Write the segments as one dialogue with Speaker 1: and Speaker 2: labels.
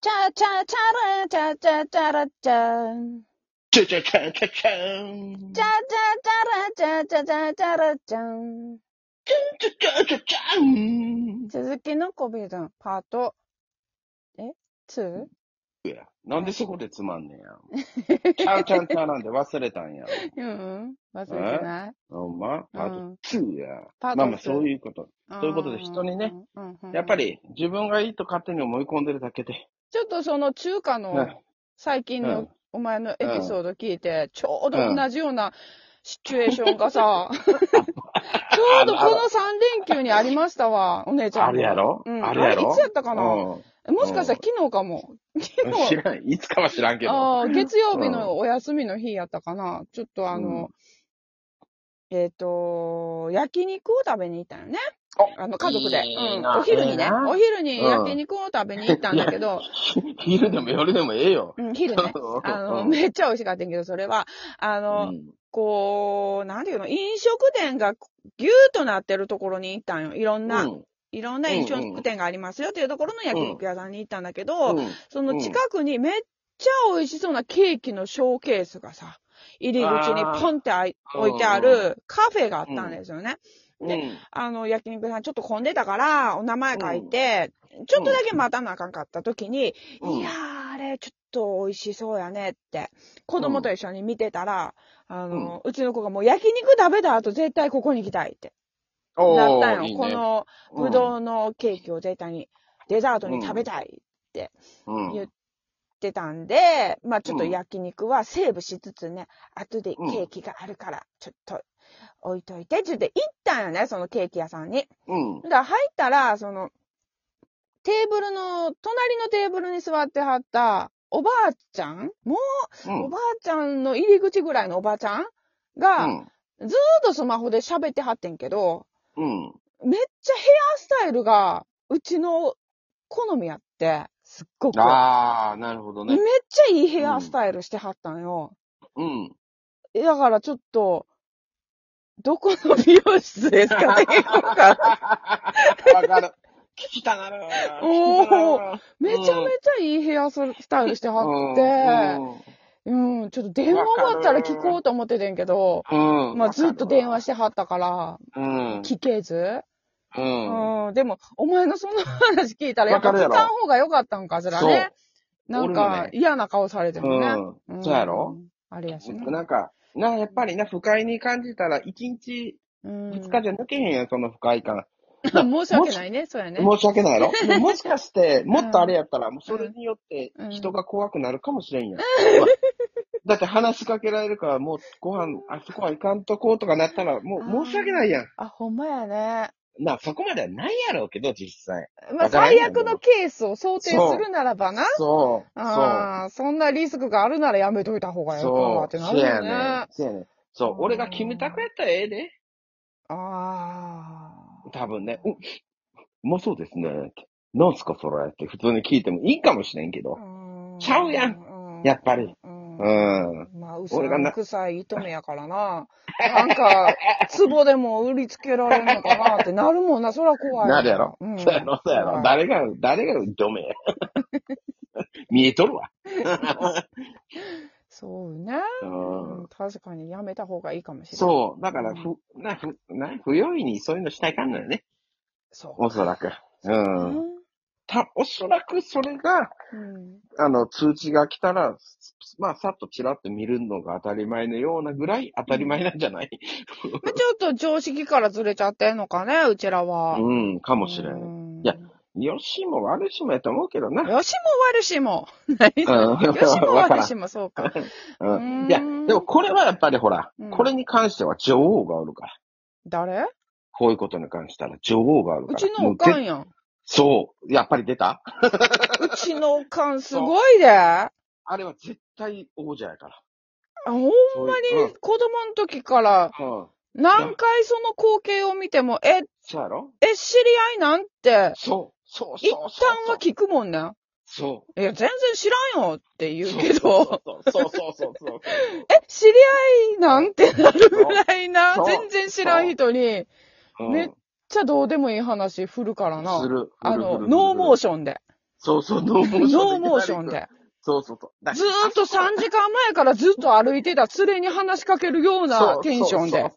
Speaker 1: チャチャチャラチャチャチャラチャ。
Speaker 2: チャチャチャチャチャン。
Speaker 1: チャチャチャラチャチャチャチャラチャ。
Speaker 2: チャチャチャチャン。
Speaker 1: 続きのコビドン、パート、え ?2?
Speaker 2: なんでそこでつまんねや。チャンチャンチャなんで忘れたんや。
Speaker 1: うん忘れてない
Speaker 2: ほんまパ
Speaker 1: う
Speaker 2: ー
Speaker 1: ん
Speaker 2: ト2や。
Speaker 1: パート
Speaker 2: まあまあ
Speaker 1: 2
Speaker 2: そういうこと。
Speaker 1: そ
Speaker 2: そういうことで人にね、
Speaker 1: うんうん
Speaker 2: やっぱ。り自分がいいと勝手に思い込んでるだけで。
Speaker 1: ちょっとその中華
Speaker 2: う
Speaker 1: の
Speaker 2: ん
Speaker 1: 最近
Speaker 2: う
Speaker 1: の
Speaker 2: ん
Speaker 1: お前のエピソード聞いて、ちょうど同じようなシチュエーションが さ、ちょうどこの3連休にありましたわ、お姉ちゃんも。
Speaker 2: あるやろ
Speaker 1: うん
Speaker 2: あるやろ
Speaker 1: あれいつやったかな
Speaker 2: うん
Speaker 1: もしかしたら昨日かも。昨日。
Speaker 2: 知らん。いつかは知らんけど。
Speaker 1: ああ、月曜日のお休みの日やったかな。ちょっとあの、えっ、と、焼肉を食べに行ったよね。あの、家族で。
Speaker 2: いい
Speaker 1: うん。
Speaker 2: な
Speaker 1: お昼に
Speaker 2: え
Speaker 1: ね
Speaker 2: え。な
Speaker 1: お昼に焼肉を食べに行ったんだけ ど、
Speaker 2: 昼でも夜でもええよ。
Speaker 1: うん、昼ね。あの、
Speaker 2: うん
Speaker 1: めっちゃ美味しかったんやけど、それは、あの、
Speaker 2: うん
Speaker 1: こう、なんていうの、飲食店がぎゅーっとなってるところに行ったんよ。いろんな、
Speaker 2: うん
Speaker 1: いろんな飲食店がありますよっていうところの焼肉屋さんに行ったんだけど、
Speaker 2: うん
Speaker 1: その近くにめっちゃ美味しそうなケーキのショーケースがさ、入り口にポンってあい
Speaker 2: あー
Speaker 1: 置いてあるカフェがあったんですよね。
Speaker 2: う
Speaker 1: で
Speaker 2: ん
Speaker 1: あの、焼肉屋さんちょっと混んでたから、お名前書いて、ちょっとだけ待たなあかんかった時に、
Speaker 2: うん
Speaker 1: いやー、あれ、ちょっと美味しそうやねって、子供と一緒に見てたら、あの、うちの子がもう焼肉食べた後絶対ここに行きたいって
Speaker 2: おー
Speaker 1: なったんよ。
Speaker 2: いいね
Speaker 1: この、ぶどうのケーキを絶対に、デザートに食べたい
Speaker 2: うん
Speaker 1: 言ってたんで、まあちょっと焼肉はセーブしつつね、後でケーキがあるから、ちょっと置いといて、ちょっと行ったんよね、そのケーキ屋さんに。
Speaker 2: うん。
Speaker 1: だから入ったら、その、テーブルの、隣のテーブルに座ってはった、おばあちゃんも
Speaker 2: う
Speaker 1: う、
Speaker 2: ん
Speaker 1: おばあちゃんの入り口ぐらいのおばあちゃんが、
Speaker 2: う
Speaker 1: ずーっ
Speaker 2: ん
Speaker 1: とスマホで喋ってはってんけど、
Speaker 2: うん。
Speaker 1: めっちゃヘアスタイルが、うちの好みやって、すっごく。
Speaker 2: ああ、なるほど
Speaker 1: めっ
Speaker 2: ね。
Speaker 1: ちゃいいヘアスタイルしてはったんよ。
Speaker 2: うん。
Speaker 1: えだからちょっと、どこの美容室ですかねとか
Speaker 2: わかる。聞きたなるわ。
Speaker 1: おー
Speaker 2: 聞きたなるわ
Speaker 1: めちゃめちゃいいヘアスタイルしてはって、うん、ちょっと電話終わったら聞こうと思っててんけど、
Speaker 2: うん。うん
Speaker 1: まあずっと電話
Speaker 2: し
Speaker 1: してはったから、
Speaker 2: うん。
Speaker 1: 聞けず。
Speaker 2: うん。
Speaker 1: うん、でも、お前のその話聞いたら、やっぱ
Speaker 2: わかる
Speaker 1: 聞
Speaker 2: やろ
Speaker 1: かん方が良かったんかしらね。なん
Speaker 2: 俺も
Speaker 1: か
Speaker 2: ね、
Speaker 1: 嫌な顔されてもね。
Speaker 2: うん
Speaker 1: ん
Speaker 2: そうやろ
Speaker 1: あれやしな。
Speaker 2: なんか、な、やっぱりな、不快に感じたら、一日、
Speaker 1: うん。
Speaker 2: 二日じゃ抜けへんやん、その不快感。
Speaker 1: 申し訳ないね、そうやね。
Speaker 2: 申し訳ないやろ。でもしかして、もっとあれやったら、もうそれによって
Speaker 1: うん
Speaker 2: 人が怖くなるかもしれんやん。だって話しかけられるから、もうご飯、あそこは行かんとこうとかなったら、もう申し訳ないやん。
Speaker 1: あ、ほんまやね。
Speaker 2: なあ、そこまではないやろうけど、実際。
Speaker 1: まあ、
Speaker 2: わからん
Speaker 1: 最
Speaker 2: よ
Speaker 1: 悪のケースを想定するならばな。
Speaker 2: そう。そう。
Speaker 1: ああ、そんなリスクがあるならやめといた方がいいかな
Speaker 2: そ
Speaker 1: っ
Speaker 2: う。
Speaker 1: てな
Speaker 2: そ
Speaker 1: る
Speaker 2: う
Speaker 1: よ
Speaker 2: や
Speaker 1: ね。
Speaker 2: ねん
Speaker 1: あ。
Speaker 2: そうやねん。そう。俺がキムタクやったらええで。
Speaker 1: あ。
Speaker 2: 多分ね。うん。うまそうですね。なんすか、それって普通に聞いてもいいかもしれんけど。
Speaker 1: ん
Speaker 2: ちゃうやん
Speaker 1: ん
Speaker 2: やっぱり。
Speaker 1: うん
Speaker 2: うん。
Speaker 1: まあ、うさ
Speaker 2: 俺が
Speaker 1: ん
Speaker 2: な
Speaker 1: くさい糸目やからな。なんか、壺でも売りつけられんのかなってなるもんな。そら怖い。
Speaker 2: なるやろ。
Speaker 1: うん
Speaker 2: そうやろ、そうや
Speaker 1: う
Speaker 2: ろ
Speaker 1: ん。
Speaker 2: 誰が、誰が ドメや。見えとるわ。
Speaker 1: そうね。うん確かにやめた方がいいかもしれない。
Speaker 2: そう。だから、ふ、な、ふ、な、不用意にそういうのしたいかんのよね。
Speaker 1: そう。
Speaker 2: おそらく。うん。た、おそらくそれが、
Speaker 1: うん。
Speaker 2: あの、通知が来たら、まあ、さっとチラッと見るのが当たり前のようなぐらい当たり前なんじゃない、
Speaker 1: まあちょっと常識からずれちゃってんのかね、うちらは。
Speaker 2: うん、かもしれん。
Speaker 1: ん
Speaker 2: いやよしも悪しもやと思うけどな。
Speaker 1: よしも悪し も。何
Speaker 2: うん、 わ
Speaker 1: よしも
Speaker 2: から
Speaker 1: 悪
Speaker 2: ん
Speaker 1: しも、そうか。
Speaker 2: うん
Speaker 1: うーん
Speaker 2: いや、でもこれはやっぱりほら
Speaker 1: うん、
Speaker 2: これに関しては女王がおるから。
Speaker 1: 誰
Speaker 2: こういうことに関したら女王があるか
Speaker 1: う
Speaker 2: ら。
Speaker 1: ちのお
Speaker 2: も
Speaker 1: か
Speaker 2: うで
Speaker 1: んやん。
Speaker 2: そう。やっぱり出た
Speaker 1: うちのおかんすごいで。あ
Speaker 2: あれは絶対王者やから。
Speaker 1: ほんま
Speaker 2: ほんま
Speaker 1: に子供の時から
Speaker 2: うん。うん
Speaker 1: 何回その光景を見ても、え、
Speaker 2: そうやろ
Speaker 1: え、知り合いなんて、
Speaker 2: そう。そう
Speaker 1: 一
Speaker 2: そう
Speaker 1: 旦
Speaker 2: そう。
Speaker 1: は聞くもんね。
Speaker 2: そう。
Speaker 1: いや、全然知らんよって言うけ
Speaker 2: そ
Speaker 1: ど、
Speaker 2: うそうそうそうそうそう。
Speaker 1: え、知り合いなんてなるぐらいな、
Speaker 2: そう
Speaker 1: 全然知らん人に、めっ
Speaker 2: う ん
Speaker 1: ねちゃどうでもいい話振るからな。
Speaker 2: する。
Speaker 1: あの、ノーモー
Speaker 2: も
Speaker 1: ションで。
Speaker 2: そうそう、ノーモーションで。
Speaker 1: ノーモーションで。
Speaker 2: そうそうそう。
Speaker 1: ずーっと3時間前からずっと歩いてた連れに話しかけるようなテンションで。。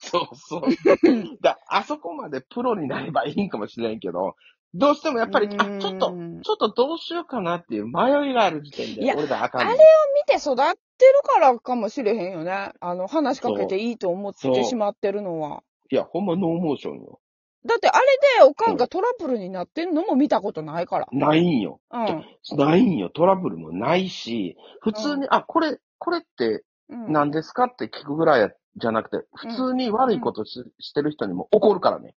Speaker 2: そうそうそう。そうそうだあそこまでプロになればいいんかもしれんけど、どうしてもやっぱり、あ、ちょっ
Speaker 1: う
Speaker 2: と、
Speaker 1: ん
Speaker 2: ちょっとどうしようかなっていう迷いがある時点
Speaker 1: い
Speaker 2: で、
Speaker 1: や
Speaker 2: 俺らあかんねん。
Speaker 1: あれ見て育ってるからかもしれへんよね。あの、話しかけていいと思っ
Speaker 2: そう
Speaker 1: て
Speaker 2: そう
Speaker 1: しまってるのは。
Speaker 2: いや、ほんまノーモーションよ。
Speaker 1: だってあれでおかんがトラブルになってんのも見たことないから。
Speaker 2: ないんよ。
Speaker 1: うん。
Speaker 2: ないんよ。トラブルもないし、普通に、あ、これ、これって
Speaker 1: うん、
Speaker 2: 何ですかって聞くぐらいやじゃなくて、普通に悪いことし,、してる人にも怒るからね。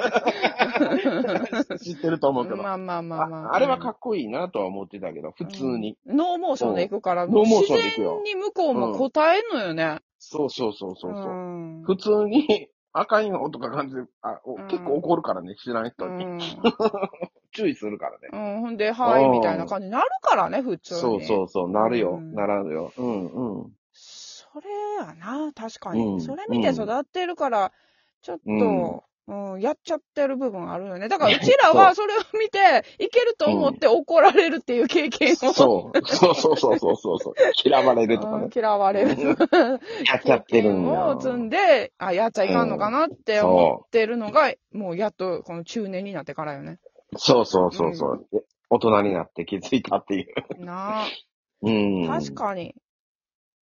Speaker 2: 知ってると思うけど。
Speaker 1: まあまあまあまあ。
Speaker 2: ああれはかっこいいなとは思ってたけど、普通に。
Speaker 1: うんノーモーションで行くから、
Speaker 2: うんノーモー
Speaker 1: 自
Speaker 2: ションで行くよ
Speaker 1: 然に向こうも答えんのよね。
Speaker 2: そうそうそうそうそう、
Speaker 1: ん
Speaker 2: 普通に、あかんよとか感じで、あお
Speaker 1: うん
Speaker 2: 結構怒るからね、知らん人に。
Speaker 1: うん
Speaker 2: 注意するからね。
Speaker 1: うん、ほんで、はい、みたいな感じになるからね、普通に。
Speaker 2: そうそうそう、なるよ、
Speaker 1: うん
Speaker 2: ならぬよ。うんうん。
Speaker 1: それやな、確かに。
Speaker 2: うん
Speaker 1: それ見て育ってるから、ちょっと、うんやっちゃってる部分あるよね。だから、うちらはそれを見て、いけると思って怒られるっていう経験を、
Speaker 2: そう、そうそうそうそうそうそう。嫌われるとか
Speaker 1: うん
Speaker 2: ね。
Speaker 1: 嫌われる
Speaker 2: やっち
Speaker 1: 経
Speaker 2: ゃってるん
Speaker 1: 験
Speaker 2: よ
Speaker 1: を。積んで、あ、やっちゃいかんのかなって思ってるのが、もうやっと、この中年になってからよね。
Speaker 2: そうそうそうそう、大人になって気づいたっていう。
Speaker 1: なあ、
Speaker 2: うん。
Speaker 1: 確。かに。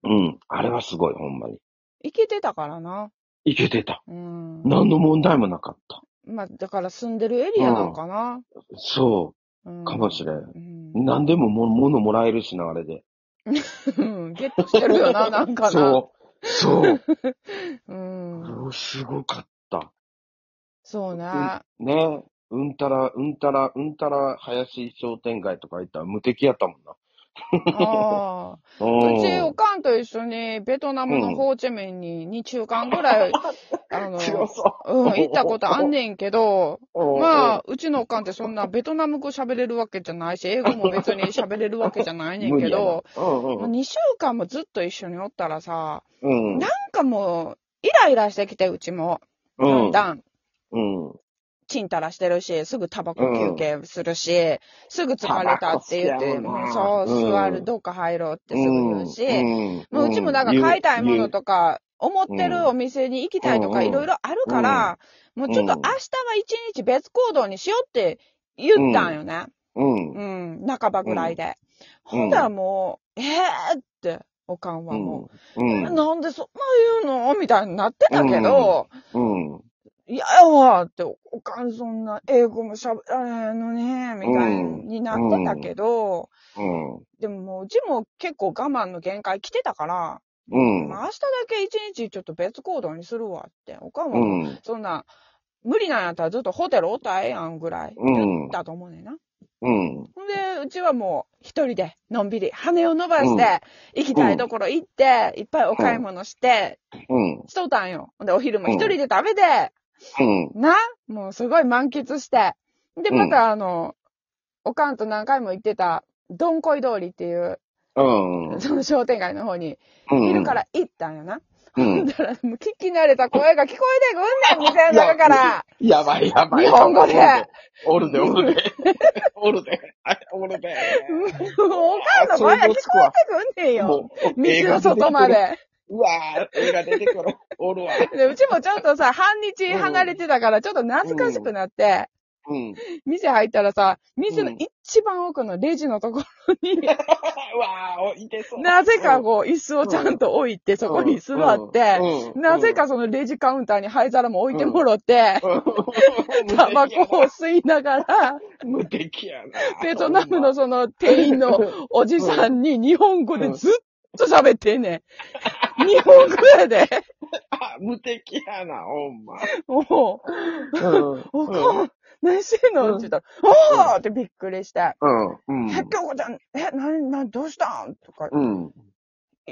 Speaker 2: うん。あれはすごい、ほんまに。
Speaker 1: いけてたからな。
Speaker 2: いけてた。
Speaker 1: うん。
Speaker 2: 何の問題もなかった。
Speaker 1: まあ、だから住んでるエリアなのかな。
Speaker 2: そうう、
Speaker 1: ん、
Speaker 2: かもしれん。
Speaker 1: うん。
Speaker 2: 何でもも物もらえるしな、あれで。
Speaker 1: うんゲットしてるよな、なんかな。
Speaker 2: そう。そう。
Speaker 1: う。ん。
Speaker 2: おすごかった。
Speaker 1: そうね。
Speaker 2: ねうんたら、うんたら、うんたら、林商店街とか行ったら無敵やったもんな。
Speaker 1: ああ。
Speaker 2: うん
Speaker 1: うち、おかんと一緒に、ベトナムのホーチミンに2週間ぐ らい、あの、
Speaker 2: 強そ
Speaker 1: うん、行ったことあんねんけど、
Speaker 2: う。
Speaker 1: まあ、うちのおかんってそんなベトナム語喋れるわけじゃないし、英語も別に喋れるわけじゃないねんけど、
Speaker 2: うんうんうん
Speaker 1: 2週間もずっと一緒におったらさ、
Speaker 2: うん。
Speaker 1: なんかもう、イライラしてきて、うちも。
Speaker 2: う
Speaker 1: だん
Speaker 2: ん。
Speaker 1: だん。
Speaker 2: うん。
Speaker 1: ちんたらしてるし、すぐタバコ休憩するし、すぐ疲れたって言って、
Speaker 2: タバコ好きやもんな
Speaker 1: うんそう、
Speaker 2: うん
Speaker 1: 座る、どっか入ろうってすぐ言うし、
Speaker 2: ん
Speaker 1: もううちもなんか買いたいもの
Speaker 2: か。
Speaker 1: とか、思ってるお店に行きたいとか
Speaker 2: うん
Speaker 1: いろいろあるから、もうちょっと
Speaker 2: うん
Speaker 1: 明日は一日別行動にしようって言ったんよね。
Speaker 2: うん。うん
Speaker 1: うん、半ばぐらいで。
Speaker 2: うん
Speaker 1: ほんだらもう、えーって、おかんはも
Speaker 2: うん
Speaker 1: う、。なんでそんな言うのみたいになってたけど、
Speaker 2: うん。
Speaker 1: いややわーって、おおかんそんな英語も喋らないのね、みたいになってたけど、
Speaker 2: うん。
Speaker 1: でももううちも結構我慢の限界来てたから、
Speaker 2: うん。
Speaker 1: まあ明日だけ一日ちょっと別行動にするわって、おかんは
Speaker 2: う
Speaker 1: もう、
Speaker 2: ん。
Speaker 1: そんな、無理なんやったらずっとホテルおったらええやんぐらい言ったと思うねんな。
Speaker 2: うん。
Speaker 1: ほんで、うちはもう一人でのんびり羽を伸ばして、行きたいところ行って、いっぱいお買い物して、
Speaker 2: うん。
Speaker 1: しとったんよ。ほんで、お昼も一人で食べて、
Speaker 2: うん。
Speaker 1: な、もうすごい満喫して。で、
Speaker 2: うん
Speaker 1: またあの、おかんと何回も行ってた、どんこい通りっていう、
Speaker 2: うん。
Speaker 1: その商店街の方に、
Speaker 2: うん。
Speaker 1: 昼から行ったんよな。
Speaker 2: う
Speaker 1: ほ
Speaker 2: ん
Speaker 1: んだら、もう聞き慣れた声が聞こえてくんねん、店の中から。
Speaker 2: やばいやばい。
Speaker 1: 日本語で
Speaker 2: おるで、おるで。おるで。あおるで。
Speaker 1: もうおかんの声が聞こえてくんねんよ。
Speaker 2: もう
Speaker 1: 道の外ま。で。
Speaker 2: うわぁ、映画出てくる。おるわ。
Speaker 1: で、うちもちょっとさ、半日離れてたから、ちょっと懐かしくなって、
Speaker 2: うん。
Speaker 1: 店入ったらさ、店の
Speaker 2: うん
Speaker 1: 一番奥のレジのところに、
Speaker 2: うわぁ、いてそう。
Speaker 1: なぜかこう、椅子をちゃんと置いて、そこに座って、
Speaker 2: うん、
Speaker 1: なぜかそのレジカウンターに灰皿も置いてもろって、
Speaker 2: うん、
Speaker 1: タバコを吸いながら、
Speaker 2: 無敵やな。
Speaker 1: ベトナムのその店員のおじさんに日本語でずっと喋ってんね ん。日本語やで。
Speaker 2: あ、無敵やな、ほんま。
Speaker 1: もう、
Speaker 2: うん。
Speaker 1: おかん、何してんのって言ったら、おーってびっくりして。
Speaker 2: うん。
Speaker 1: え、京子ちゃん、え、なに、なに、どうしたんとか、
Speaker 2: うん。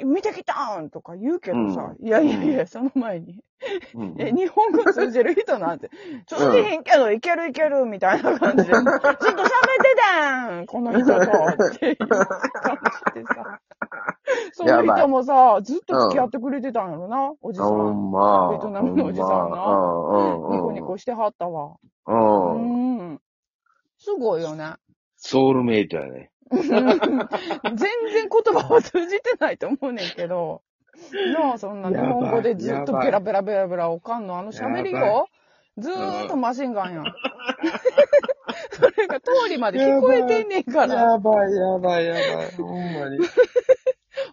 Speaker 1: 見てきたんとか言うけどさ、いやいやいや、その前に。
Speaker 2: うん。
Speaker 1: え、日本語通じる人なんて、ちょっとでへんけど、いけるいける、みたいな感じで、ずっと喋ってたんこの人と、っていう感じで さ。その人もさ、ずっと付き合ってくれてたんやろな、おじさ
Speaker 2: ほ
Speaker 1: ん。
Speaker 2: んま。
Speaker 1: ベトナムのおじさんな
Speaker 2: ほんまうんうん
Speaker 1: ニ
Speaker 2: うん。
Speaker 1: コニコしてはったわ。う
Speaker 2: うん。
Speaker 1: ん。すごいよね。
Speaker 2: ソウルメイトやね。
Speaker 1: 全然言葉は通じてないと思うねんけど。なあ、そんな日本語でずっとベラベラベラベラおかんのあの喋りよずーっとマシンガンやん。 それが通りまで聞こえてんねんから。
Speaker 2: やばい、やばい、やばい。ほんまに。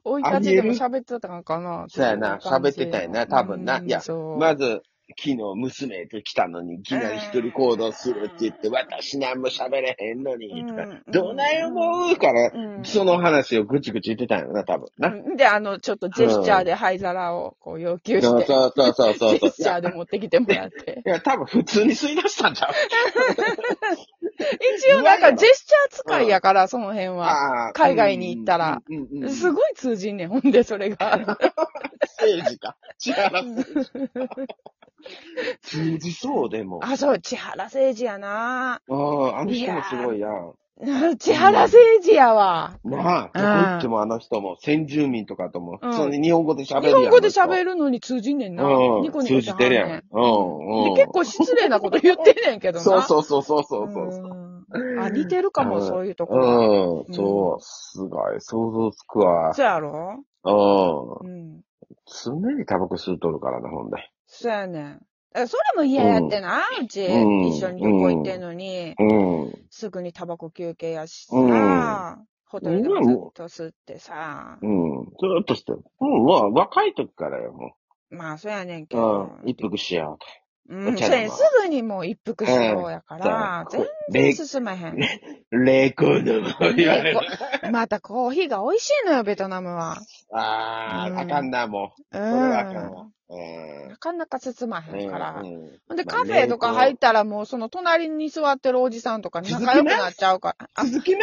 Speaker 1: 追い立ちでも喋ってたのかな
Speaker 2: そうやな、喋ってたよな、多分な。いや、 ま
Speaker 1: ず、
Speaker 2: ず、昨日娘と来たのに、いきなり一人行動するって言って、私なんも喋れへんのに、とか
Speaker 1: うん
Speaker 2: どない思うから
Speaker 1: う、ん
Speaker 2: その話をぐちぐち言ってたよな、多分な。
Speaker 1: うんで、あの、ちょっとジェスチャーで灰皿をこう要求
Speaker 2: そ
Speaker 1: し
Speaker 2: う
Speaker 1: て、
Speaker 2: そうそうそうそう。
Speaker 1: ジェスチャー
Speaker 2: い
Speaker 1: で持ってきてもらって。
Speaker 2: や、多分普通に吸い出したんちゃう
Speaker 1: 一応なんかジェスチャー使いやから、その辺は。
Speaker 2: あー
Speaker 1: 海外に行ったら。
Speaker 2: うんうんうんうん
Speaker 1: すごい通じんねん、ほんで、それが。
Speaker 2: 政治か。違う。 通じそう、でも。あ
Speaker 1: あ、そう、千原誠二やな
Speaker 2: あ、あの人もすごいやん。
Speaker 1: 千原誠二やわ。
Speaker 2: まあ、どこ行ってもあの人も、先住民とかとも、普通に日本語で喋る
Speaker 1: 日
Speaker 2: やん。
Speaker 1: 本語で喋
Speaker 2: る。
Speaker 1: るのに通じんねんな。ニコ
Speaker 2: うん、
Speaker 1: ニ
Speaker 2: 通
Speaker 1: コ
Speaker 2: じてるやん。うん、
Speaker 1: で
Speaker 2: うん。
Speaker 1: 結構失礼なこと言ってんねんけどな。
Speaker 2: そうそうそうそうそうそう。
Speaker 1: うんあ、似てるかも、
Speaker 2: うん
Speaker 1: そういうとこ。
Speaker 2: うん、
Speaker 1: ん
Speaker 2: そう、すごい、想像つくわ。
Speaker 1: そうやろ
Speaker 2: う
Speaker 1: う
Speaker 2: ん。
Speaker 1: ん。
Speaker 2: 常にタバコ吸うとるからな、ほんで。
Speaker 1: そうやねん。えそれも嫌やってな、うち。
Speaker 2: うん
Speaker 1: 一緒に旅行行ってんのに、
Speaker 2: う
Speaker 1: すぐにタバコ休憩やし
Speaker 2: うん
Speaker 1: さ、ホテルでもずっと吸ってさ、
Speaker 2: ん、うん。ずーっとしてる。うん、まあ、若い時からよ、も
Speaker 1: まあそうやねんけど、
Speaker 2: う。うん、一服しよ
Speaker 1: う
Speaker 2: お
Speaker 1: ん、
Speaker 2: 茶
Speaker 1: そう
Speaker 2: でも
Speaker 1: やねんすぐにもう一服しようやか
Speaker 2: うと。
Speaker 1: ら、全
Speaker 2: レ
Speaker 1: 然進まへん。
Speaker 2: レコードも言われる。
Speaker 1: またコーヒーが美味しいのよ、ベトナムは。
Speaker 2: あ
Speaker 1: うん
Speaker 2: あ、あかんな、も
Speaker 1: う
Speaker 2: う。それはあかんわ
Speaker 1: ん。。
Speaker 2: う
Speaker 1: なかなか進ま
Speaker 2: ん。
Speaker 1: へんから。
Speaker 2: うん
Speaker 1: ほんで、カフェとか入ったらもう、その隣に座ってるおじさんとか仲良くなっちゃうから。あ
Speaker 2: 続き